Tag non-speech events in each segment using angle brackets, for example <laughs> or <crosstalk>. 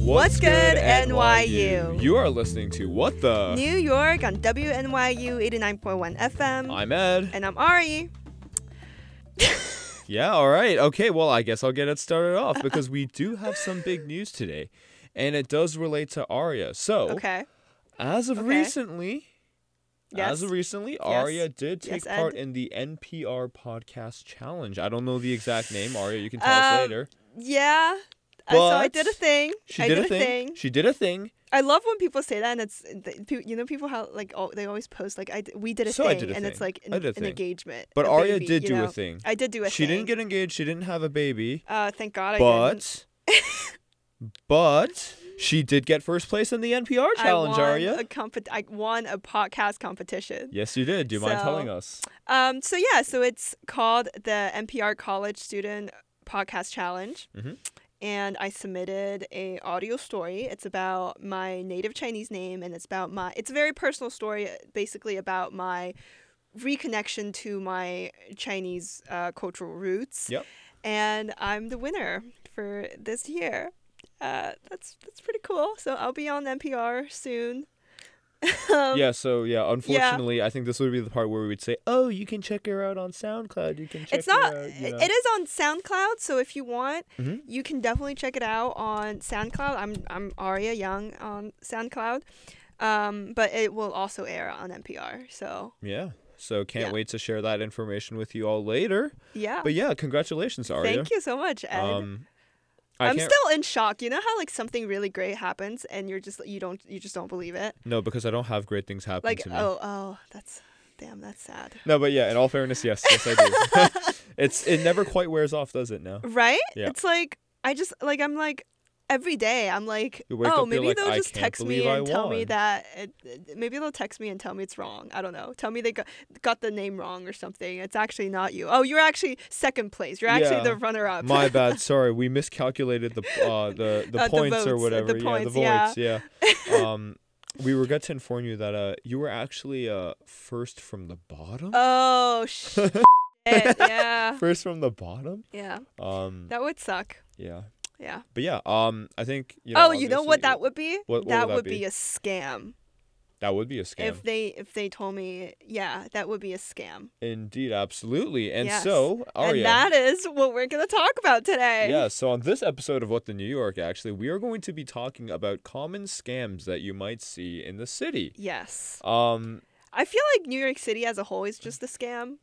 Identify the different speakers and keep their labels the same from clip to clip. Speaker 1: What's good, NYU?
Speaker 2: You are listening to What the?
Speaker 1: New York on WNYU 89.1 FM.
Speaker 2: I'm Ed.
Speaker 1: and I'm Ari.
Speaker 2: Yeah, all right. Okay, well, I guess I'll get it started
Speaker 1: Uh,
Speaker 2: off because we do have some big news today, and it does relate to Arya. So,
Speaker 1: Okay.
Speaker 2: as of
Speaker 1: Okay.
Speaker 2: recently,
Speaker 1: Yes.
Speaker 2: as of recently, Arya did
Speaker 1: Yes,
Speaker 2: take part
Speaker 1: Ed.
Speaker 2: in the NPR podcast challenge. I don't know the exact name, Arya. You can tell
Speaker 1: Um,
Speaker 2: us later.
Speaker 1: yeah. I- so I
Speaker 2: But
Speaker 1: did a thing.
Speaker 2: She
Speaker 1: I
Speaker 2: did, a thing. She did a thing.
Speaker 1: I love when people say that, and it's th- pe- you know people how like all, they always post like I d- we did a
Speaker 2: So I
Speaker 1: thing,
Speaker 2: did a
Speaker 1: and it's
Speaker 2: thing.
Speaker 1: like an,
Speaker 2: I did a
Speaker 1: an
Speaker 2: thing.
Speaker 1: engagement.
Speaker 2: But
Speaker 1: a
Speaker 2: Arya
Speaker 1: baby,
Speaker 2: did
Speaker 1: you
Speaker 2: do a
Speaker 1: know?
Speaker 2: thing.
Speaker 1: I did do a
Speaker 2: She
Speaker 1: thing.
Speaker 2: didn't get engaged. She didn't have a baby.
Speaker 1: Uh, thank God I didn't.
Speaker 2: But,
Speaker 1: <laughs>
Speaker 2: but she did get first place in the NPR challenge,
Speaker 1: I won
Speaker 2: Arya.
Speaker 1: A comp- I won a podcast competition.
Speaker 2: Yes, you did. Do you mind telling
Speaker 1: So-
Speaker 2: us?
Speaker 1: Um, so yeah, so it's called the NPR College Student Podcast Challenge,
Speaker 2: Mhm.
Speaker 1: and I submitted a audio story. It's about my native Chinese name, and it's about my. It's a very personal story, basically about my reconnection to my Chinese uh, cultural roots.
Speaker 2: Yep.
Speaker 1: And I'm the winner for this year. Uh, that's that's pretty cool. So I'll be on NPR soon. Um,
Speaker 2: yeah. So yeah, unfortunately, I think this would be the part where we would say, "Oh, you can check her out on SoundCloud. You can check
Speaker 1: it's not
Speaker 2: her out." you know.
Speaker 1: it is on soundcloud so if you want
Speaker 2: Mhm.
Speaker 1: you can definitely check it out on soundcloud i'm i'm aria young on soundcloud um, but it will also air on npr so
Speaker 2: Yeah. So can't
Speaker 1: Yeah.
Speaker 2: wait to share that information with you all later.
Speaker 1: yeah
Speaker 2: But yeah, congratulations, Arya.
Speaker 1: thank you so much ed
Speaker 2: Um, I
Speaker 1: i'm
Speaker 2: can't.
Speaker 1: still in shock you know how like something really great happens and you're just you don't you just don't believe it
Speaker 2: no, because I don't have great things happen
Speaker 1: like
Speaker 2: to me.
Speaker 1: oh oh that's damn that's sad
Speaker 2: No, but yeah, in all fairness, yes, yes, I do.
Speaker 1: <laughs>
Speaker 2: <laughs> it's it never quite wears off, does it? Now
Speaker 1: right
Speaker 2: Yeah.
Speaker 1: it's like i just like i'm like every day i'm like
Speaker 2: You wake
Speaker 1: oh
Speaker 2: up, you're
Speaker 1: maybe
Speaker 2: like,
Speaker 1: they'll
Speaker 2: "I
Speaker 1: just
Speaker 2: can't
Speaker 1: text me
Speaker 2: believe I
Speaker 1: and tell me
Speaker 2: won."
Speaker 1: that it, it- maybe they'll text me and tell me it's wrong i don't know tell me they got, got the name wrong or something it's actually not you oh you're actually second place you're actually
Speaker 2: Yeah.
Speaker 1: the runner up
Speaker 2: My bad. Sorry, we miscalculated the uh, the the
Speaker 1: Uh, the
Speaker 2: points
Speaker 1: votes, uh,
Speaker 2: or
Speaker 1: the
Speaker 2: whatever.
Speaker 1: points,
Speaker 2: yeah,
Speaker 1: yeah.
Speaker 2: the votes. Yeah.
Speaker 1: <laughs>
Speaker 2: um, we were good to inform you that uh, you were actually uh first from the bottom.
Speaker 1: <laughs>
Speaker 2: <laughs>
Speaker 1: oh shit yeah
Speaker 2: first from the bottom.
Speaker 1: yeah
Speaker 2: Um,
Speaker 1: that would suck
Speaker 2: yeah.
Speaker 1: yeah
Speaker 2: But yeah. Um, I think. You
Speaker 1: oh you know
Speaker 2: obviously
Speaker 1: what
Speaker 2: it-
Speaker 1: that would be
Speaker 2: What- what would
Speaker 1: that
Speaker 2: that
Speaker 1: would
Speaker 2: be?
Speaker 1: be a scam
Speaker 2: that would be a scam.
Speaker 1: if they if they told me yeah that would be a scam
Speaker 2: Indeed, absolutely. And
Speaker 1: Yes.
Speaker 2: so, oh,
Speaker 1: and
Speaker 2: Arya.
Speaker 1: that is what we're gonna talk about today
Speaker 2: Yeah, so on this episode of What the New York, actually, we are going to be talking about common scams that you might see in the city.
Speaker 1: Yes.
Speaker 2: Um,
Speaker 1: I feel like New York City as a whole is just a scam.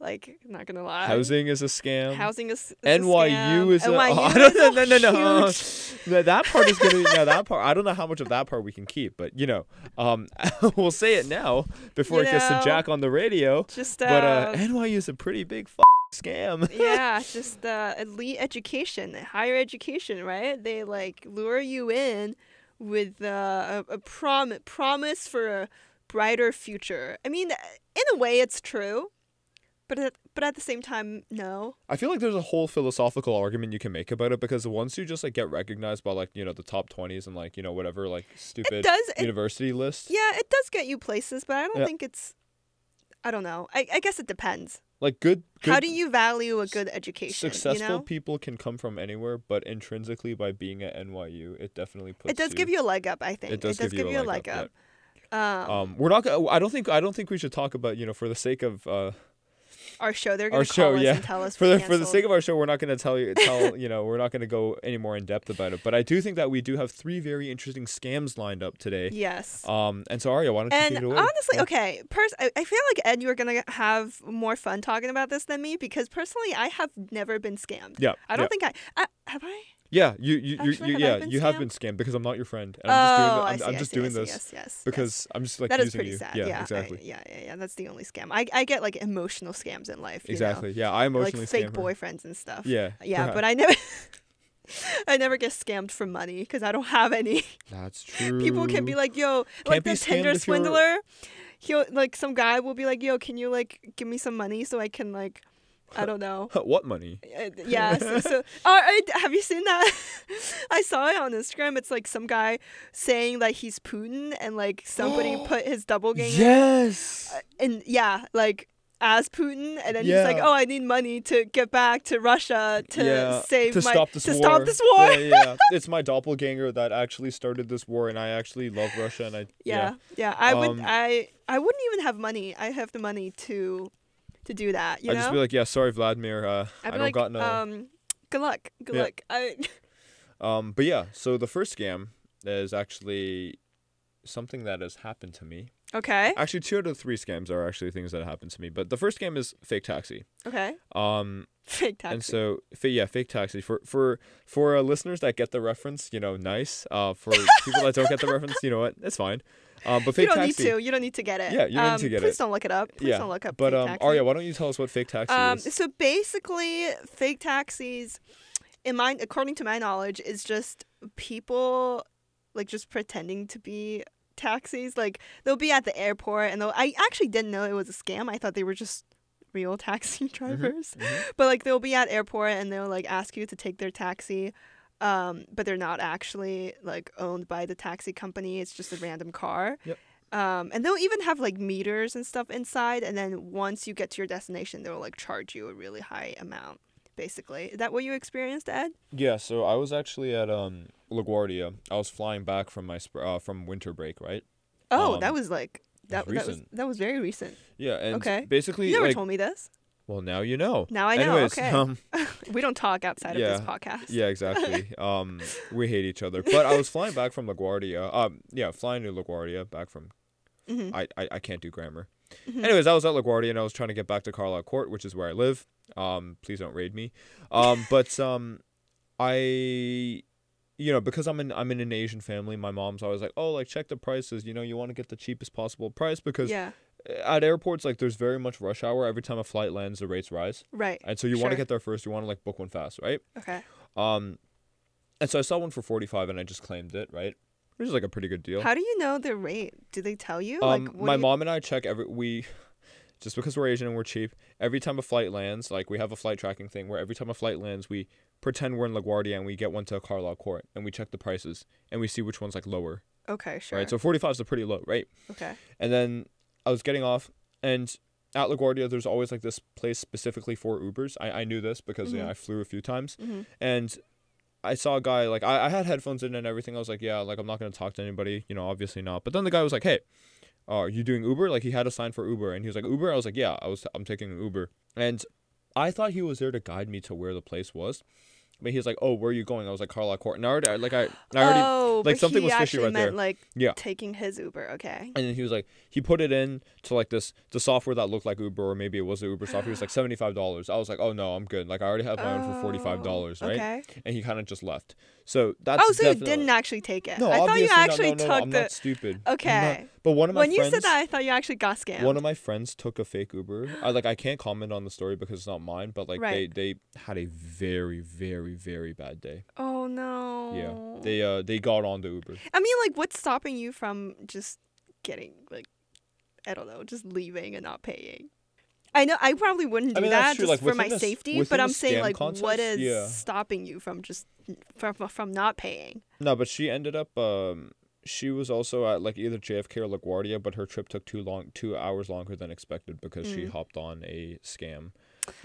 Speaker 1: Like, I'm not gonna lie.
Speaker 2: housing is a scam.
Speaker 1: Uh, Housing is, is
Speaker 2: NYU
Speaker 1: a
Speaker 2: is a, <laughs>
Speaker 1: scam.
Speaker 2: oh,
Speaker 1: NYU
Speaker 2: no,
Speaker 1: is a
Speaker 2: no, no, no, no.
Speaker 1: huge-
Speaker 2: <laughs> No, that part is gonna be now that part. I don't know how much of that part we can keep, but you know, um, <laughs> we'll say it now before
Speaker 1: You
Speaker 2: it gets to
Speaker 1: know,
Speaker 2: Jack on the radio.
Speaker 1: Just uh,
Speaker 2: But uh, <laughs> NYU is a pretty big f- scam.
Speaker 1: yeah, it's just uh, elite education, higher education, right? They like lure you in with uh, a, a prom promise for a brighter future. I mean, in a way, it's true, but at, but at the same time, no.
Speaker 2: I feel like there's a whole philosophical argument you can make about it because once you just like get recognized by like you know the top twenties and like you know whatever like stupid
Speaker 1: does- it-
Speaker 2: university list,
Speaker 1: Yeah, it does get you places, but I don't
Speaker 2: Yeah.
Speaker 1: think it's. I don't know. I, I guess it depends.
Speaker 2: like good, good
Speaker 1: How do you value a good education?
Speaker 2: successful
Speaker 1: you know?
Speaker 2: people can come from anywhere, but intrinsically by being at NYU, it definitely puts
Speaker 1: It does give you a leg up, I think.
Speaker 2: It does, give, you a leg up.
Speaker 1: Um,
Speaker 2: yeah. Um, we're not. gonna- I don't think. I don't think we should talk about you know for the sake of uh,
Speaker 1: our show, they're going
Speaker 2: our
Speaker 1: to
Speaker 2: show.
Speaker 1: call us
Speaker 2: yeah,
Speaker 1: and tell us
Speaker 2: <laughs> for the
Speaker 1: we're
Speaker 2: for the
Speaker 1: canceled.
Speaker 2: sake of our show, we're not going to tell you tell you know we're not going to go any more in depth about it. But I do think that we do have three very interesting scams lined up today.
Speaker 1: Yes.
Speaker 2: Um, and so Arya, why don't you
Speaker 1: and
Speaker 2: take it away?
Speaker 1: honestly,
Speaker 2: Or-
Speaker 1: okay, pers- I, I feel like Ed, you are going to have more fun talking about this than me because personally, I have never been scammed.
Speaker 2: Yeah.
Speaker 1: I don't
Speaker 2: yeah.
Speaker 1: think I, I have I.
Speaker 2: Yeah, you you, you,
Speaker 1: Actually,
Speaker 2: you
Speaker 1: have I
Speaker 2: yeah
Speaker 1: been
Speaker 2: you have
Speaker 1: scammed?
Speaker 2: been scammed because I'm not your friend. And
Speaker 1: oh,
Speaker 2: I'm just
Speaker 1: I
Speaker 2: doing, I'm,
Speaker 1: see,
Speaker 2: I'm
Speaker 1: I
Speaker 2: just
Speaker 1: see, I
Speaker 2: doing
Speaker 1: see,
Speaker 2: this
Speaker 1: Yes, yes, yes.
Speaker 2: because I'm just like
Speaker 1: that is
Speaker 2: using
Speaker 1: pretty
Speaker 2: you.
Speaker 1: sad.
Speaker 2: Yeah,
Speaker 1: I-
Speaker 2: exactly.
Speaker 1: yeah, yeah, yeah. That's the only scam. I, I get like emotional scams in life. you know,
Speaker 2: exactly. Yeah, I
Speaker 1: Like
Speaker 2: emotionally
Speaker 1: fake
Speaker 2: scammed her.
Speaker 1: boyfriends and stuff.
Speaker 2: Yeah.
Speaker 1: Yeah, but I never. <laughs> I never get scammed for money because I don't have any.
Speaker 2: that's true.
Speaker 1: People can be like, "Yo,
Speaker 2: Can't
Speaker 1: like
Speaker 2: be
Speaker 1: the Tinder
Speaker 2: scammed if you're-
Speaker 1: swindler." He'll like some guy will be like, "Yo, can you like give me some money so I can like, I don't know."
Speaker 2: <laughs> what money?
Speaker 1: Uh, yeah.
Speaker 2: <laughs>
Speaker 1: So, so oh, I, have you seen that? <laughs> I saw it on Instagram. It's like some guy saying that he's
Speaker 2: <gasps>
Speaker 1: Putin uh, and like somebody put his double game
Speaker 2: Yes.
Speaker 1: and yeah, like as Putin, and then he's like,
Speaker 2: Yeah.
Speaker 1: "Oh, I need money to get back to Russia to
Speaker 2: yeah,
Speaker 1: save
Speaker 2: to
Speaker 1: my
Speaker 2: stop this
Speaker 1: to
Speaker 2: war.
Speaker 1: stop this war."
Speaker 2: Yeah, yeah, yeah. it's my doppelganger that actually started this war, and I actually love Russia, and I
Speaker 1: <laughs> yeah, yeah. I would,
Speaker 2: Um,
Speaker 1: I, I wouldn't even have money. I have the money to, to do that. You
Speaker 2: I
Speaker 1: know,
Speaker 2: just be like, yeah, sorry, Vladimir, uh, I
Speaker 1: I'd be
Speaker 2: don't
Speaker 1: like,
Speaker 2: got no.
Speaker 1: um, good luck, good
Speaker 2: Yeah.
Speaker 1: luck. I, <laughs>
Speaker 2: Um, but yeah, so the first scam is actually something that has happened to me.
Speaker 1: okay,
Speaker 2: Actually, two out of the three scams are actually things that happened to me. But the first scam is fake taxi.
Speaker 1: okay,
Speaker 2: Um,
Speaker 1: fake taxi.
Speaker 2: and so fa- yeah, fake taxi for for for uh, listeners that get the reference, you know, nice.
Speaker 1: <laughs>
Speaker 2: Uh, for people that don't get the reference, you know what, it's fine. Um, but fake
Speaker 1: you don't
Speaker 2: taxi.
Speaker 1: need to. You don't need to get it.
Speaker 2: Yeah, you don't need
Speaker 1: um,
Speaker 2: to get
Speaker 1: please
Speaker 2: it.
Speaker 1: don't look it up. Please
Speaker 2: yeah,
Speaker 1: don't look up.
Speaker 2: but
Speaker 1: fake
Speaker 2: um,
Speaker 1: taxi.
Speaker 2: Arya, why don't you tell us what fake taxi
Speaker 1: Um,
Speaker 2: is?
Speaker 1: so basically, fake taxis, in my according to my knowledge, is just people like just pretending to be taxis. Like they'll be at the airport, and they'll. I actually didn't know it was a scam. I thought they were just real <laughs> taxi drivers.
Speaker 2: Mhm.
Speaker 1: But like they'll be at airport, and they'll like ask you to take their taxi. Um, but they're not actually like owned by the taxi company. It's just a random car.
Speaker 2: Yep.
Speaker 1: Um, and they'll even have like meters and stuff inside. And then once you get to your destination, they'll like charge you a really high amount. Basically, is that what you experienced, Ed?
Speaker 2: Yeah, so I was actually at um LaGuardia. I was flying back from my sp- uh, from winter break, right?
Speaker 1: Oh,
Speaker 2: Um,
Speaker 1: that was like that,
Speaker 2: that
Speaker 1: that
Speaker 2: was
Speaker 1: was
Speaker 2: recent.
Speaker 1: that was very recent.
Speaker 2: Yeah, and
Speaker 1: Okay.
Speaker 2: basically
Speaker 1: You never
Speaker 2: like
Speaker 1: told me this. <laughs>
Speaker 2: well, now you know.
Speaker 1: Now I know.
Speaker 2: Anyways,
Speaker 1: okay,
Speaker 2: <laughs> um
Speaker 1: we don't talk outside of
Speaker 2: yeah,
Speaker 1: this <laughs> podcast.
Speaker 2: yeah, exactly. um we hate each other. But I was flying back from LaGuardia. Um yeah, flying to LaGuardia back from
Speaker 1: Mhm.
Speaker 2: I, I I can't do grammar.
Speaker 1: Mhm.
Speaker 2: Anyways, I was at LaGuardia and I was trying to get back to Carlisle Court, which is where I live. Um please don't raid me.
Speaker 1: <laughs>
Speaker 2: Um but um I you know, because I'm in I'm in an Asian family, my mom's always like, "Oh, like check the prices, you know, you want to get the cheapest possible price because
Speaker 1: Yeah.
Speaker 2: at airports like there's very much rush hour every time a flight lands the rates rise
Speaker 1: Right.
Speaker 2: and so you want to
Speaker 1: Sure.
Speaker 2: get there first you want to like book one fast right
Speaker 1: Okay.
Speaker 2: um and so i saw one for 45 and i just claimed it right which is like a pretty good deal
Speaker 1: How do you know the rate? Do they tell you?
Speaker 2: um
Speaker 1: like what
Speaker 2: my
Speaker 1: do you-
Speaker 2: mom and i check every we <laughs> just because we're asian and we're cheap every time a flight lands like we have a flight tracking thing where every time a flight lands we pretend we're in laguardia and we get one to carlisle court and we check the prices and we see which one's like lower
Speaker 1: Okay. Sure.
Speaker 2: right so 45 is a pretty low right
Speaker 1: okay.
Speaker 2: And then I was getting off, and at LaGuardia, there's always like this place specifically for Ubers. I, I knew this because you know,
Speaker 1: Mhm.
Speaker 2: I flew a few times.
Speaker 1: Mhm.
Speaker 2: And I saw a guy, like, I, I had headphones in and everything. I was like, yeah, like, I'm not going to talk to anybody, you know, obviously not. But then the guy was like, hey, are you doing Uber? Like, he had a sign for Uber, and he was like, Uber? I was like, yeah, I was, I'm taking an Uber. And I thought he was there to guide me to where the place was. But he was like, "Oh, where are you going?" I was like, "Carlisle Court." And I already, like, I, I already,
Speaker 1: oh,
Speaker 2: like,
Speaker 1: but
Speaker 2: something
Speaker 1: he
Speaker 2: was fishy
Speaker 1: actually
Speaker 2: right
Speaker 1: meant
Speaker 2: there.
Speaker 1: like
Speaker 2: yeah.
Speaker 1: taking his Uber. Okay.
Speaker 2: And then he was like, he put it in to like this the software that looked like Uber, or maybe it was the Uber software. It
Speaker 1: <gasps>
Speaker 2: was like seventy five dollars. I was like, oh no, I'm good. Like I already have my own for forty five dollars,
Speaker 1: Oh,
Speaker 2: right?
Speaker 1: Okay.
Speaker 2: And he kind of just left. So that's
Speaker 1: oh, so
Speaker 2: definitely,
Speaker 1: you didn't actually take it?
Speaker 2: No,
Speaker 1: I thought
Speaker 2: obviously
Speaker 1: you actually
Speaker 2: no, no,
Speaker 1: took
Speaker 2: no, I'm
Speaker 1: the.
Speaker 2: not stupid. I'm
Speaker 1: Okay.
Speaker 2: not- but one of my
Speaker 1: when
Speaker 2: friends,
Speaker 1: you said that, I thought you actually got scammed.
Speaker 2: one of my friends took a fake Uber. I like I can't comment on the story because it's not mine. But like
Speaker 1: Right.
Speaker 2: they they had a very very very bad day.
Speaker 1: oh no.
Speaker 2: Yeah, they uh they got on the Uber.
Speaker 1: I mean, like, what's stopping you from just getting like, I don't know, just leaving and not paying? I know I probably wouldn't do
Speaker 2: I mean, that's
Speaker 1: that
Speaker 2: true,
Speaker 1: just
Speaker 2: like,
Speaker 1: for my
Speaker 2: within the s-
Speaker 1: safety,
Speaker 2: within
Speaker 1: but
Speaker 2: the
Speaker 1: I'm saying
Speaker 2: scam
Speaker 1: like, what
Speaker 2: context,
Speaker 1: is
Speaker 2: yeah.
Speaker 1: stopping you from just from from not paying?
Speaker 2: No, but she ended up. Um, she was also at like either JFK or LaGuardia, but her trip took too long, two hours longer than expected because she
Speaker 1: Mm.
Speaker 2: hopped on a scam.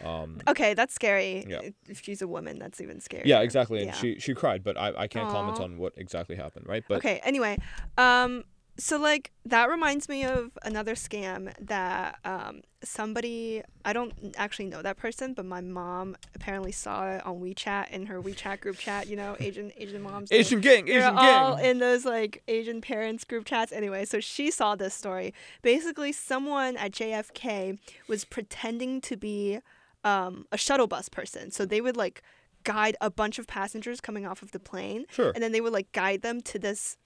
Speaker 2: Um,
Speaker 1: Okay, that's scary.
Speaker 2: Yeah.
Speaker 1: If she's a woman, that's even scarier.
Speaker 2: yeah, exactly. And
Speaker 1: Yeah.
Speaker 2: she she cried, but I, I can't comment
Speaker 1: Aw.
Speaker 2: on what exactly happened, right? But
Speaker 1: okay, anyway, um so like that reminds me of another scam that um somebody I don't actually know that person, but my mom apparently saw it on WeChat in her WeChat group chat, you know, Asian Asian moms. they-
Speaker 2: Asian gang,
Speaker 1: they're
Speaker 2: Asian
Speaker 1: all
Speaker 2: gang.
Speaker 1: in those like Asian parents group chats anyway. So she saw this story. Basically, someone at JFK was pretending to be um, a shuttle bus person. So they would like guide a bunch of passengers coming off of the plane,
Speaker 2: Sure.
Speaker 1: and then they would like guide them to this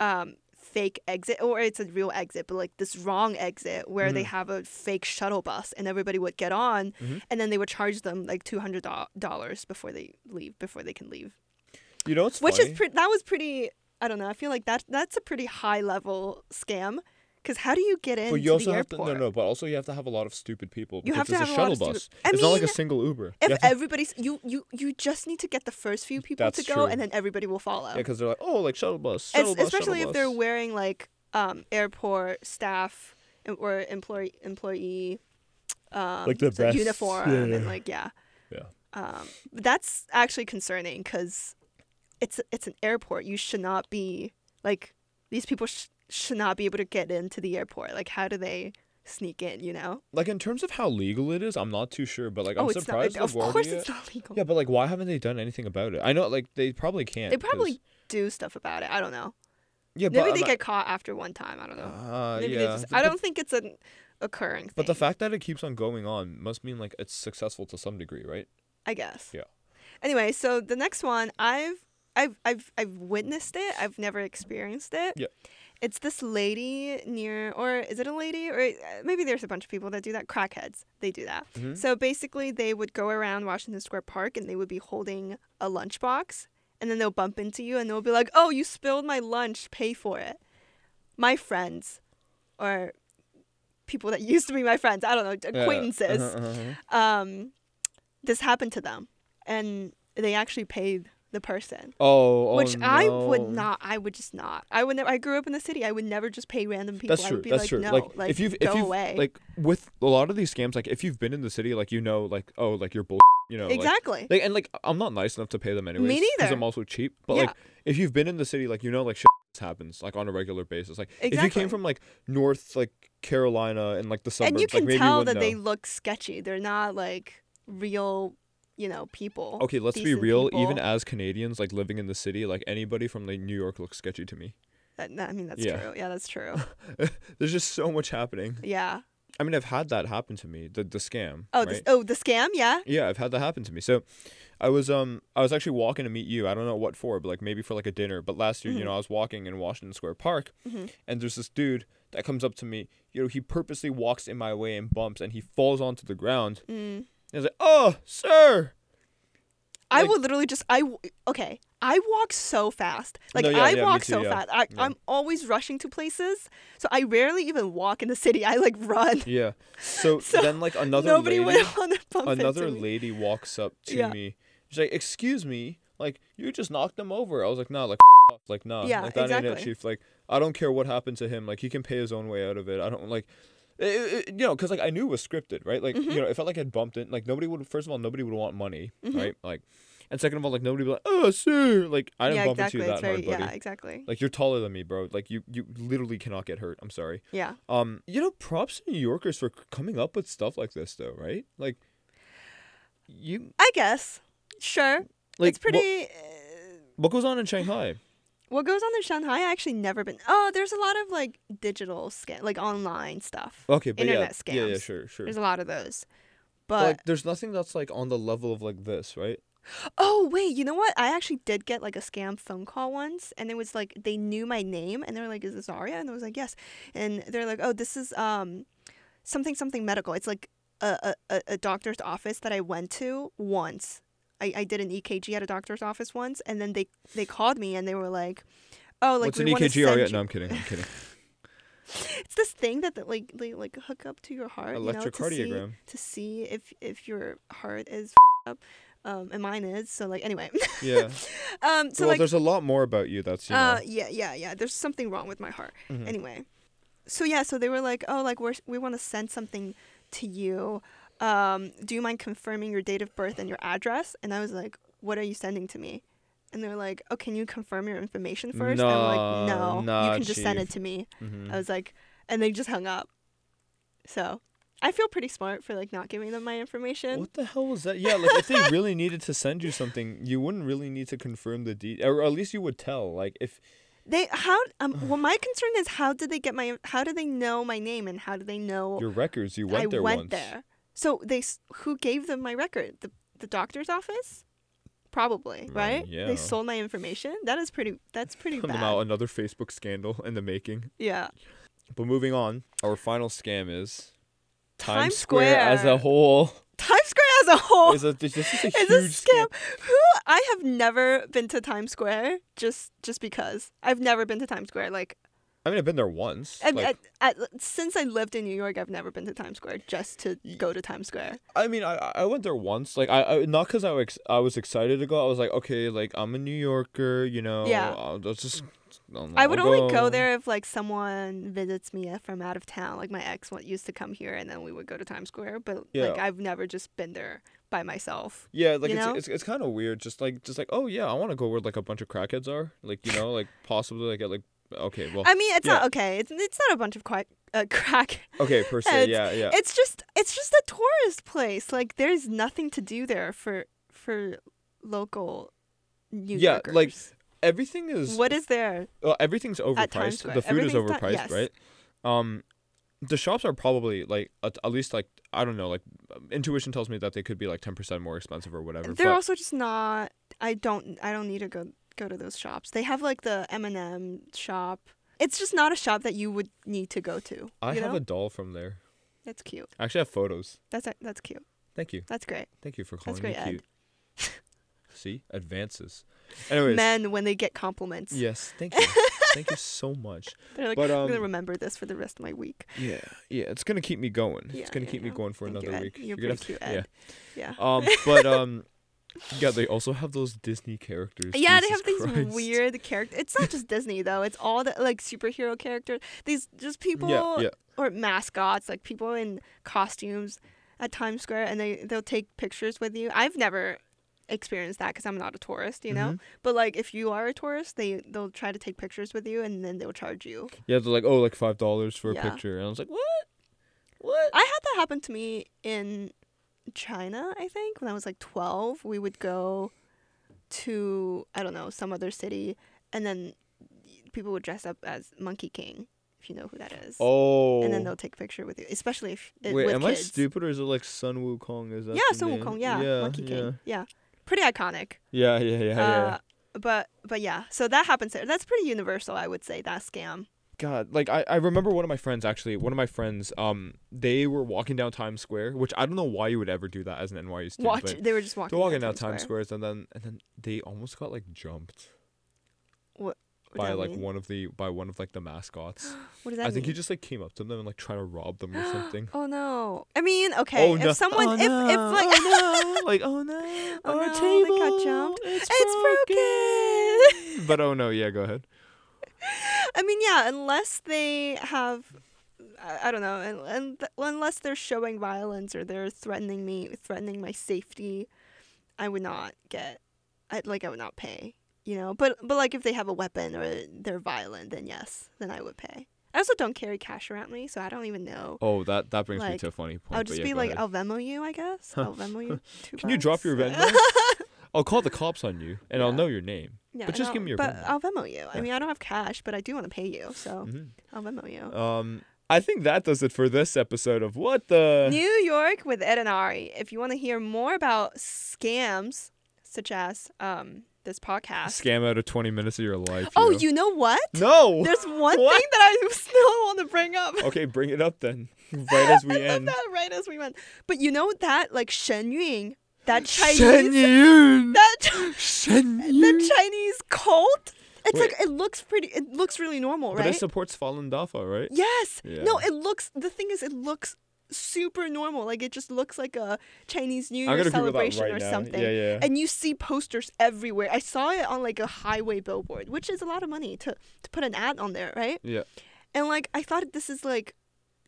Speaker 1: um, fake exit, or it's a real exit, but like this wrong exit where
Speaker 2: Mm.
Speaker 1: they have a fake shuttle bus, and everybody would get on,
Speaker 2: Mhm.
Speaker 1: and then they would charge them like two hundred dollars before they leave, before they can leave
Speaker 2: You know what's
Speaker 1: which
Speaker 2: funny?
Speaker 1: is pre- that was pretty i don't know i feel like that that's a pretty high level scam because how do you get in
Speaker 2: But you also
Speaker 1: the
Speaker 2: have to
Speaker 1: airport
Speaker 2: no no. But also you have to have a lot of stupid people
Speaker 1: You
Speaker 2: because
Speaker 1: have to
Speaker 2: it's
Speaker 1: have a
Speaker 2: a
Speaker 1: lot
Speaker 2: shuttle
Speaker 1: of
Speaker 2: bus.
Speaker 1: stupid- I
Speaker 2: it's not like a
Speaker 1: mean,
Speaker 2: single Uber.
Speaker 1: if
Speaker 2: You have to-
Speaker 1: everybody's you you you just need to get the first few people to
Speaker 2: That's
Speaker 1: go
Speaker 2: true.
Speaker 1: and then everybody will follow
Speaker 2: yeah, because they're like, oh, like shuttle bus,
Speaker 1: Es-
Speaker 2: shuttle bus,
Speaker 1: especially
Speaker 2: shuttle
Speaker 1: if they're
Speaker 2: bus."
Speaker 1: wearing like um airport staff em- or employee employee um,
Speaker 3: Like the
Speaker 1: it's a
Speaker 3: vest,
Speaker 1: uniform
Speaker 3: yeah,
Speaker 1: and
Speaker 3: yeah.
Speaker 1: like yeah.
Speaker 2: Yeah.
Speaker 1: Um, but that's actually concerning because it's it's an airport. You should not be like these people sh- should not be able to get into the airport. Like how do they sneak in? You know?
Speaker 2: Like in terms of how legal it is, I'm not too sure, but like
Speaker 1: oh,
Speaker 2: I'm
Speaker 1: it's
Speaker 2: surprised
Speaker 1: not. Of
Speaker 2: LaGuardia.
Speaker 1: course, it's not legal.
Speaker 2: yeah, but like why haven't they done anything about it? I know like they probably can't.
Speaker 1: they
Speaker 2: 'cause-
Speaker 1: probably do stuff about it. I don't know.
Speaker 2: Yeah,
Speaker 1: Maybe
Speaker 2: but
Speaker 1: they
Speaker 2: I'm-
Speaker 1: get caught after one time. I don't know.
Speaker 2: Uh,
Speaker 1: Maybe
Speaker 2: yeah.
Speaker 1: they just.
Speaker 2: But-
Speaker 1: I don't think it's an occurring thing.
Speaker 2: But the fact that it keeps on going on must mean like it's successful to some degree, right?
Speaker 1: I guess.
Speaker 2: Yeah.
Speaker 1: Anyway, so the next one, I've I've I've I've witnessed it. I've never experienced it.
Speaker 2: Yeah.
Speaker 1: It's this lady near, or is it a lady, or uh, maybe there's a bunch of people that do that. Crackheads, they do that.
Speaker 2: Mhm.
Speaker 1: So basically, they would go around Washington Square Park, and they would be holding a lunchbox, and then they'll bump into you, and they'll be like, "Oh, you spilled my lunch. Pay for it." My friends, or people that <laughs> used to be my friends, I don't know,
Speaker 2: Yeah,
Speaker 1: acquaintances
Speaker 2: uh-huh, uh-huh.
Speaker 1: um, this happened to them, and they actually paid the person,
Speaker 2: Oh, oh,
Speaker 1: which I would
Speaker 2: no.
Speaker 1: not. I would just not. I would never. I grew up in the city. I would never just pay random people.
Speaker 2: That's
Speaker 1: I
Speaker 2: true.
Speaker 1: would be
Speaker 2: That's
Speaker 1: like,
Speaker 2: true.
Speaker 1: No,
Speaker 2: like, if
Speaker 1: go
Speaker 2: you've if you've
Speaker 1: away.
Speaker 2: like with a lot of these scams, like if you've been in the city, like you know, like oh, like you're bull, you know, like-
Speaker 1: exactly.
Speaker 2: Like, and like I'm not nice enough to pay them anyways. Because
Speaker 1: neither.
Speaker 2: I'm also cheap. But
Speaker 1: Yeah.
Speaker 2: like if you've been in the city, like you know, like shit happens like on a regular basis. Like if you
Speaker 1: Exactly.
Speaker 2: came from like North like Carolina and like the suburbs,
Speaker 1: and you
Speaker 2: like
Speaker 1: can
Speaker 2: maybe you
Speaker 1: tell
Speaker 2: would
Speaker 1: that
Speaker 2: know.
Speaker 1: they look sketchy. They're not like real, you know, people.
Speaker 2: Okay, let's be
Speaker 1: decent
Speaker 2: real. Even
Speaker 1: people.
Speaker 2: as Canadians, like living in the city, like anybody from like New York looks sketchy to me.
Speaker 1: That- that- I mean, that's
Speaker 2: Yeah.
Speaker 1: true. Yeah, that's
Speaker 2: <laughs>
Speaker 1: true.
Speaker 2: There's just so much happening.
Speaker 1: yeah.
Speaker 2: I mean, I've had that happen to me. The the scam.
Speaker 1: Oh,
Speaker 2: right?
Speaker 1: this, oh, the scam. Yeah.
Speaker 2: Yeah, I've had that happen to me. So, I was um I was actually walking to meet you. I don't know what for, but like maybe for like a dinner. But last
Speaker 1: Mm-hmm.
Speaker 2: year, you know, I was walking in Washington Square Park, and there's this dude that comes up to me. You know, he purposely walks in my way and bumps, and he falls onto the ground.
Speaker 1: Mm.
Speaker 2: And I was like, "Oh, sir!"
Speaker 1: I
Speaker 2: Like-
Speaker 1: will literally just I w- okay. I walk so fast. Like
Speaker 2: No, yeah,
Speaker 1: I
Speaker 2: yeah, me
Speaker 1: walk
Speaker 2: too,
Speaker 1: so
Speaker 2: yeah.
Speaker 1: fast. I,
Speaker 2: Yeah.
Speaker 1: I'm always rushing to places, so I rarely even walk in the city. I like run.
Speaker 2: Yeah. So,
Speaker 1: <laughs> So,
Speaker 2: then, like another
Speaker 1: Nobody
Speaker 2: lady,
Speaker 1: would want to bump
Speaker 2: another
Speaker 1: into me.
Speaker 2: lady walks up to
Speaker 1: Yeah.
Speaker 2: me. She's like, "Excuse me, like you just knocked him over." I was like, "Nah, like off. like nah,
Speaker 1: Yeah,
Speaker 2: like that ain't it,
Speaker 1: exactly.
Speaker 2: chief. Like I don't care what happened to him. Like he can pay his own way out of it. I don't like." it- it- it- you know, because like I knew it was scripted, right? Like
Speaker 1: Mm-hmm.
Speaker 2: you know, if I like had bumped in, like nobody would. First of all, nobody would want money,
Speaker 1: Mm-hmm.
Speaker 2: right? Like, and second of all, like nobody would be like, "Oh, sir," like I didn't
Speaker 1: yeah,
Speaker 2: bump
Speaker 1: exactly.
Speaker 2: into you
Speaker 1: it's
Speaker 2: that
Speaker 1: very
Speaker 2: hard, buddy.
Speaker 1: yeah, exactly.
Speaker 2: Like you're taller than me, bro. Like you, you literally cannot get hurt. I'm sorry.
Speaker 1: yeah.
Speaker 2: Um, you know, props to New Yorkers for c- coming up with stuff like this, though, right? Like, you
Speaker 1: I guess. Sure.
Speaker 2: like
Speaker 1: it's
Speaker 2: what-
Speaker 1: pretty uh,
Speaker 2: What, goes on in Shanghai?
Speaker 1: what goes on in Shanghai, I actually never been. Oh, there's a lot of like digital scam, like online stuff.
Speaker 2: Okay, but
Speaker 1: Internet
Speaker 2: yeah, yeah, yeah,
Speaker 1: scams.
Speaker 2: sure, Oh, sure.
Speaker 1: There's a lot of those.
Speaker 2: But,
Speaker 1: But
Speaker 2: like, there's nothing that's like on the level of like this, right?
Speaker 1: Oh wait, you know what? I actually did get like a scam phone call once, and it was like they knew my name, and they were like, "Is this Aria?" And I was like, "Yes," and they're like, "Oh, this is um, something something medical. It's like a a- a, a doctor's office that I went to once. I, I did an EKG at a doctor's office once, and then they they called me and they were like, "Oh, like
Speaker 2: What's
Speaker 1: we
Speaker 2: an
Speaker 1: want to
Speaker 2: EKG? Oh,
Speaker 1: send
Speaker 2: yeah,
Speaker 1: you-
Speaker 2: no, I'm kidding, I'm
Speaker 1: <laughs>
Speaker 2: kidding.
Speaker 1: It's this thing that, that like they like hook up to your heart, you know,
Speaker 2: Electrocardiogram.
Speaker 1: to see, to see if if your heart is up, um, and mine is. So like anyway, <laughs>
Speaker 2: yeah.
Speaker 1: um, so
Speaker 2: well,
Speaker 1: like
Speaker 2: there's a lot more about you that's you know.
Speaker 1: Uh, yeah, yeah, yeah. There's something wrong with my heart.
Speaker 2: Mhm.
Speaker 1: Anyway, so yeah, so they were like, oh, like we're we want to send something to you. Um, do you mind confirming your date of birth and your address? And I was like, what are you sending to me? And they're like, oh, can you confirm your information first? and I'm like, no,
Speaker 2: No, nah,
Speaker 1: you can just send
Speaker 2: chief."
Speaker 1: it to me.
Speaker 2: Mhm.
Speaker 1: I was like, and they just hung up. So I feel pretty smart for like not giving them my information.
Speaker 2: What the hell was that? Yeah, like if they really needed to send you something, you wouldn't really need to confirm the de or at least you would tell. Like if
Speaker 1: They how um well my concern is how did they get my how do they know my name and how do they know
Speaker 2: your records, you went
Speaker 1: I
Speaker 2: there
Speaker 1: went
Speaker 2: once.
Speaker 1: there. So they s- who gave them my record? The the doctor's office, probably
Speaker 2: Mm,
Speaker 1: right?
Speaker 2: yeah.
Speaker 1: They sold my information. That is pretty. That's pretty bad.
Speaker 2: <laughs> Now another Facebook scandal in the making.
Speaker 1: Yeah.
Speaker 2: But moving on, our final scam is
Speaker 1: Times
Speaker 2: as a
Speaker 1: Square. <laughs>
Speaker 2: whole.
Speaker 1: Times Square as a whole
Speaker 2: Is a, this is a huge
Speaker 1: <laughs> is a
Speaker 2: scam.
Speaker 1: scam. Who I have never been to Times Square just just because I've never been to Times Square. Like,
Speaker 2: I mean, I've been there once.
Speaker 1: I,
Speaker 2: like,
Speaker 1: I, I, since I lived in New York, I've never been to Times Square just to go to Times Square.
Speaker 2: I mean, I I went there once. Like, I, I not because I was I was excited to go. I was like, okay, like I'm a New Yorker, you know.
Speaker 1: Yeah.
Speaker 2: I'll, I'll just I'll-
Speaker 1: I would
Speaker 2: I'll
Speaker 1: only go there if like someone visits me from out of town. Like my ex wa- used to come here, and then we would go to Times Square. But like
Speaker 2: Yeah.
Speaker 1: I've never just been there by myself.
Speaker 2: Yeah, like
Speaker 1: you
Speaker 2: it's,
Speaker 1: know?
Speaker 2: it's it's kind of weird. Just like just like oh yeah, I want to go where like a bunch of crackheads are. Like you know, like possibly like at like okay, well
Speaker 1: I mean, it's not
Speaker 2: Oh, yeah.
Speaker 1: okay. It's it's not a bunch of quack, uh, <laughs> crack.
Speaker 2: okay per se.
Speaker 1: it's-
Speaker 2: Yeah, yeah.
Speaker 1: It's just it's just a tourist place. Like there's nothing to do there for for local New
Speaker 2: Yeah,
Speaker 1: Yorkers.
Speaker 2: like, Everything is
Speaker 1: what is there?
Speaker 2: well, everything's
Speaker 1: Times
Speaker 2: overpriced.
Speaker 1: Square.
Speaker 2: The food is
Speaker 1: Everything's ti-
Speaker 2: overpriced,
Speaker 1: yes.
Speaker 2: right? Um, the shops are probably like at, at least like I don't know. Like um, intuition tells me that they could be like ten percent more expensive or whatever.
Speaker 1: They're
Speaker 2: but
Speaker 1: also just not. I don't. I don't need to go go to those shops. They have like the M and M shop. It's just not a shop that you would need to go to.
Speaker 2: I
Speaker 1: you
Speaker 2: have
Speaker 1: know?
Speaker 2: a doll from there.
Speaker 1: That's cute.
Speaker 2: I actually have photos.
Speaker 1: That's a- that's cute.
Speaker 2: Thank you,
Speaker 1: That's great.
Speaker 2: thank you for calling
Speaker 1: great, Ed.
Speaker 2: me cute. See advances. Anyways,
Speaker 1: Men when they get compliments,
Speaker 2: yes, thank
Speaker 1: <laughs>
Speaker 2: you, thank you so much.
Speaker 1: they're like,
Speaker 2: But,
Speaker 1: I'm gonna
Speaker 2: um,
Speaker 1: remember this for the rest of my week.
Speaker 2: Yeah, yeah, it's gonna keep me going.
Speaker 1: Yeah,
Speaker 2: it's gonna
Speaker 1: yeah,
Speaker 2: keep
Speaker 1: yeah.
Speaker 2: me going for
Speaker 1: Thank you,
Speaker 2: another
Speaker 1: Ed.
Speaker 2: week.
Speaker 1: You're
Speaker 2: gonna
Speaker 1: pretty
Speaker 2: have
Speaker 1: cute,
Speaker 2: to-
Speaker 1: Ed. Yeah.
Speaker 2: Yeah. Um,
Speaker 1: <laughs>
Speaker 2: but um, yeah, they also have those Disney characters.
Speaker 1: yeah, they
Speaker 2: Jesus
Speaker 1: have these
Speaker 2: Christ.
Speaker 1: weird characters. It's not just Disney though. It's all the like superhero characters. These just people
Speaker 2: Yeah, yeah,
Speaker 1: or mascots, like people in costumes at Times Square, and they they'll take pictures with you. I've never experienced that because I'm not a tourist, you know.
Speaker 2: Mhm.
Speaker 1: But like if you are a tourist, they they'll try to take pictures with you, and then they'll charge you.
Speaker 2: yeah. They're like, oh, like five dollars for
Speaker 1: Yeah.
Speaker 2: a picture, and I was like, what? What?
Speaker 1: I had that happen to me in China. I think when I was like 12, we would go to I don't know some other city, and then people would dress up as Monkey King, if you know who that is.
Speaker 2: Oh.
Speaker 1: And then they'll take a picture with you, especially if it,
Speaker 2: Wait,
Speaker 1: with
Speaker 2: am I
Speaker 1: kids.
Speaker 2: stupid or is it like Sun Wukong? Is that
Speaker 1: yeah,
Speaker 2: the
Speaker 1: Sun
Speaker 2: name?
Speaker 1: Wukong. Yeah,
Speaker 2: yeah,
Speaker 1: Monkey
Speaker 2: yeah.
Speaker 1: King. Yeah, pretty iconic.
Speaker 2: Yeah, yeah, yeah, yeah.
Speaker 1: Uh, but but yeah, so that happens there. That's pretty universal, I would say. That scam.
Speaker 2: God, like I, I remember one of my friends actually, one of my friends, um, they were walking down Times Square, which I don't know why you would ever do that as an NYU student.
Speaker 1: Watch.
Speaker 2: but
Speaker 1: They were just
Speaker 2: They're
Speaker 1: walking.
Speaker 2: walking down Times Squares and then and then they almost got like jumped
Speaker 1: What
Speaker 2: by
Speaker 1: does that
Speaker 2: like
Speaker 1: mean?
Speaker 2: one of the by one of like the mascots.
Speaker 1: What does
Speaker 2: I
Speaker 1: that
Speaker 2: think he
Speaker 1: mean?
Speaker 2: just like came up to them and like trying to
Speaker 1: <gasps>
Speaker 2: rob them or something.
Speaker 1: Oh no! I mean, okay.
Speaker 2: oh
Speaker 1: if
Speaker 2: no!
Speaker 1: someone,
Speaker 2: oh,
Speaker 1: if
Speaker 2: no.
Speaker 1: if like, <laughs>
Speaker 2: oh, no. like oh no!
Speaker 1: Oh,
Speaker 2: Our
Speaker 1: no,
Speaker 2: table
Speaker 1: they got jumped.
Speaker 2: It's,
Speaker 1: it's broken.
Speaker 2: broken. But oh no! Yeah, go ahead.
Speaker 1: I mean, yeah, unless they have, I, I don't know, and, and th- unless they're showing violence or they're threatening me, threatening my safety, I would not get, I like I would not pay, you know. But but like if they have a weapon or they're violent, then yes, then I would pay. I also don't carry cash around me, so I don't even know.
Speaker 2: Oh, that that brings me
Speaker 1: Like,
Speaker 2: to a funny point.
Speaker 1: I'll
Speaker 2: but
Speaker 1: just
Speaker 2: yeah,
Speaker 1: be
Speaker 2: go
Speaker 1: like, oh,
Speaker 2: ahead.
Speaker 1: I'll Venmo you, I guess. I'll Venmo
Speaker 2: <laughs>
Speaker 1: you. Two
Speaker 2: Can you drop
Speaker 1: bucks. <laughs>
Speaker 2: your Venmo? I'll call the cops on you and I'll
Speaker 1: Yeah.
Speaker 2: know your name.
Speaker 1: Yeah,
Speaker 2: But
Speaker 1: and
Speaker 2: just give
Speaker 1: I'll-
Speaker 2: me your
Speaker 1: But
Speaker 2: Venmo.
Speaker 1: I'll Venmo you. I
Speaker 2: Yeah.
Speaker 1: mean, I don't have cash, but I do want to pay you, so
Speaker 2: Mhm.
Speaker 1: I'll Venmo you.
Speaker 2: Um, I think that does it for this episode of What the.
Speaker 1: New York with Ed and Ari. If you want to hear more about scams, such as um this podcast.
Speaker 2: Scam out of 20 minutes of your life.
Speaker 1: oh,
Speaker 2: know?
Speaker 1: you know what?
Speaker 2: No!
Speaker 1: <laughs>
Speaker 2: <laughs>
Speaker 1: There's one
Speaker 2: What?
Speaker 1: thing that I <laughs> still want to bring up.
Speaker 2: okay, bring it up then. Right
Speaker 1: <laughs>
Speaker 2: as
Speaker 1: I
Speaker 2: we
Speaker 1: love <laughs>
Speaker 2: end.
Speaker 1: that right as we went. But you know that like Shen Yun, that Chinese,
Speaker 2: Shen
Speaker 1: <laughs>
Speaker 2: Yun!
Speaker 1: that Ch-
Speaker 2: Shen Yun!
Speaker 1: the Chinese cult. It's
Speaker 2: Wait.
Speaker 1: like it looks pretty. It looks really normal,
Speaker 2: But
Speaker 1: right?
Speaker 2: it supports Fallen Dafa, right?
Speaker 1: Yes. No,
Speaker 2: Yeah.
Speaker 1: it looks. The thing is, it looks super normal. Like it just looks like a Chinese New
Speaker 2: I'm
Speaker 1: Year
Speaker 2: gonna Google that
Speaker 1: celebration
Speaker 2: right
Speaker 1: or
Speaker 2: now.
Speaker 1: something.
Speaker 2: Yeah, yeah.
Speaker 1: And you see posters everywhere. I saw it on like a highway billboard, which is a lot of money to to put an ad on there, right?
Speaker 2: yeah.
Speaker 1: And like I thought this is like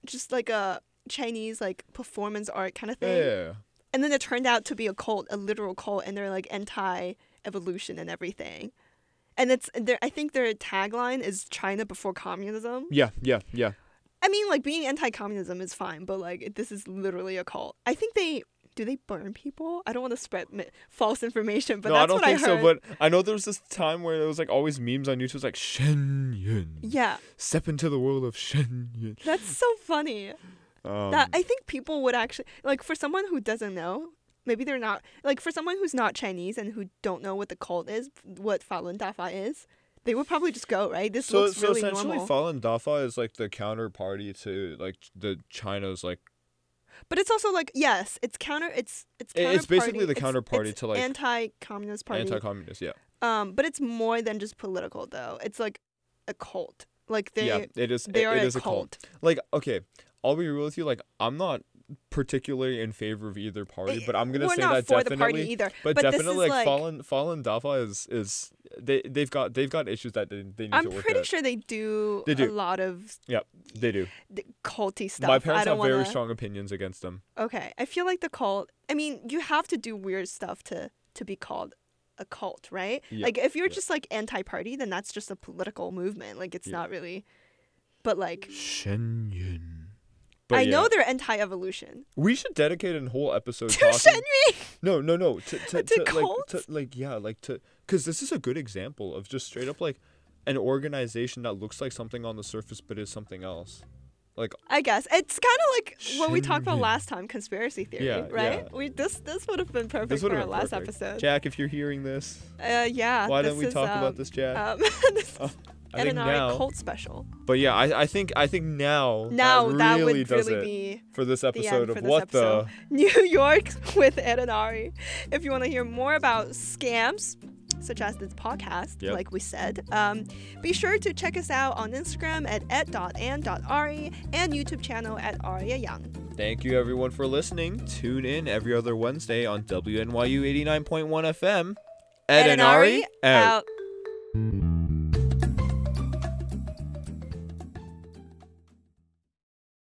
Speaker 1: just like a Chinese like performance art kind of
Speaker 2: Yeah,
Speaker 1: thing.
Speaker 2: yeah.
Speaker 1: And then it turned out to be a cult, a literal cult, and they're like anti evolution and everything. And it's their I think their tagline is China before communism.
Speaker 2: Yeah, yeah, yeah.
Speaker 1: I mean, like being anti-communism is fine, but like this is literally a cult. I think they do they burn people. I don't want to spread mi- false information, but
Speaker 2: no,
Speaker 1: that's
Speaker 2: I don't
Speaker 1: what
Speaker 2: think
Speaker 1: I heard.
Speaker 2: so, but I know there was this time where there was like always memes on YouTube, it's like Shen Yun.
Speaker 1: yeah,
Speaker 2: Step into the world of Shen Yun.
Speaker 1: that's so funny.
Speaker 2: Um,
Speaker 1: that I think people would actually like for someone who doesn't know. Maybe they're not like for someone who's not Chinese and who don't know what the cult is, what Falun Dafa is. They would probably just go right. This
Speaker 2: so
Speaker 1: looks
Speaker 2: so
Speaker 1: really
Speaker 2: essentially
Speaker 1: normal,
Speaker 2: Falun Dafa is like the counterparty to like the China's like
Speaker 1: but it's also like yes, it's counter. It's it's
Speaker 2: I- it's
Speaker 1: counterparty-
Speaker 2: basically the
Speaker 1: it's-
Speaker 2: counterparty
Speaker 1: it's
Speaker 2: to, like,
Speaker 1: anti-communist party.
Speaker 2: anti-communist, yeah.
Speaker 1: Um, but it's more than just political though. It's like a cult. Like they
Speaker 2: yeah, it is
Speaker 1: they
Speaker 2: it,
Speaker 1: are
Speaker 2: it
Speaker 1: a
Speaker 2: is a cult.
Speaker 1: cult.
Speaker 2: Like okay, I'll be real with you like I'm not particularly in favor of either party, but I'm going to
Speaker 1: Eh, We're
Speaker 2: say
Speaker 1: not
Speaker 2: that
Speaker 1: for the
Speaker 2: definitely
Speaker 1: party either.
Speaker 2: but,
Speaker 1: but this
Speaker 2: definitely
Speaker 1: is
Speaker 2: like,
Speaker 1: like-
Speaker 2: Fallen Fallen Dafa is is they they've got they've got issues that they, they need
Speaker 1: I'm
Speaker 2: to work
Speaker 1: pretty
Speaker 2: out.
Speaker 1: sure they do,
Speaker 2: They do.
Speaker 1: a lot of
Speaker 2: They do.
Speaker 1: th- culty stuff.
Speaker 2: My parents
Speaker 1: I don't
Speaker 2: have very
Speaker 1: wanna...
Speaker 2: strong opinions against them.
Speaker 1: Okay, I feel like the cult. I mean, you have to do weird stuff to to be called a cult, right?
Speaker 2: Yeah,
Speaker 1: Like if you're
Speaker 2: yeah.
Speaker 1: just like anti-party, then that's just a political movement. Like it's
Speaker 2: Yeah.
Speaker 1: not really. But like,
Speaker 2: Shenyun.
Speaker 1: I know they're anti-evolution. <laughs>
Speaker 2: we should dedicate a whole episode
Speaker 1: To
Speaker 2: talking-
Speaker 1: Shenmue.
Speaker 2: No, no, no. To,
Speaker 1: <laughs> To
Speaker 2: to, to, like, to
Speaker 1: cults?
Speaker 2: like yeah, like to because this is a good example of just straight up like an organization that looks like something on the surface but is something else. Like
Speaker 1: I guess it's kind of like what we talked about
Speaker 2: Shenmue.
Speaker 1: last time, conspiracy theory,
Speaker 2: Yeah,
Speaker 1: right?
Speaker 2: yeah.
Speaker 1: We this this would have been perfect
Speaker 2: this
Speaker 1: for
Speaker 2: would
Speaker 1: our
Speaker 2: have been
Speaker 1: last
Speaker 2: perfect.
Speaker 1: episode.
Speaker 2: Jack, if you're hearing this,
Speaker 1: uh, yeah.
Speaker 2: why
Speaker 1: this
Speaker 2: didn't we
Speaker 1: is,
Speaker 2: talk
Speaker 1: um,
Speaker 2: about this, Jack?
Speaker 1: Um, <laughs> this is
Speaker 2: Oh, I think
Speaker 1: NNR
Speaker 2: now.
Speaker 1: cult special.
Speaker 2: But yeah, I, I think I think now
Speaker 1: Now
Speaker 2: that really
Speaker 1: that would
Speaker 2: does
Speaker 1: really
Speaker 2: it
Speaker 1: be
Speaker 2: for this
Speaker 1: the
Speaker 2: episode
Speaker 1: end
Speaker 2: of
Speaker 1: for this
Speaker 2: what
Speaker 1: episode. <laughs>
Speaker 2: the
Speaker 1: New York with Ed and Ari. If you want to hear more about scams, such as this podcast,
Speaker 2: Yep.
Speaker 1: like we said, um, be sure to check us out on Instagram at ed.and.ari e and YouTube channel at Aria Young.
Speaker 2: Thank you everyone for listening. Tune in every other Wednesday on WNYU 89.1 FM. Ed, and Ari out.
Speaker 1: out.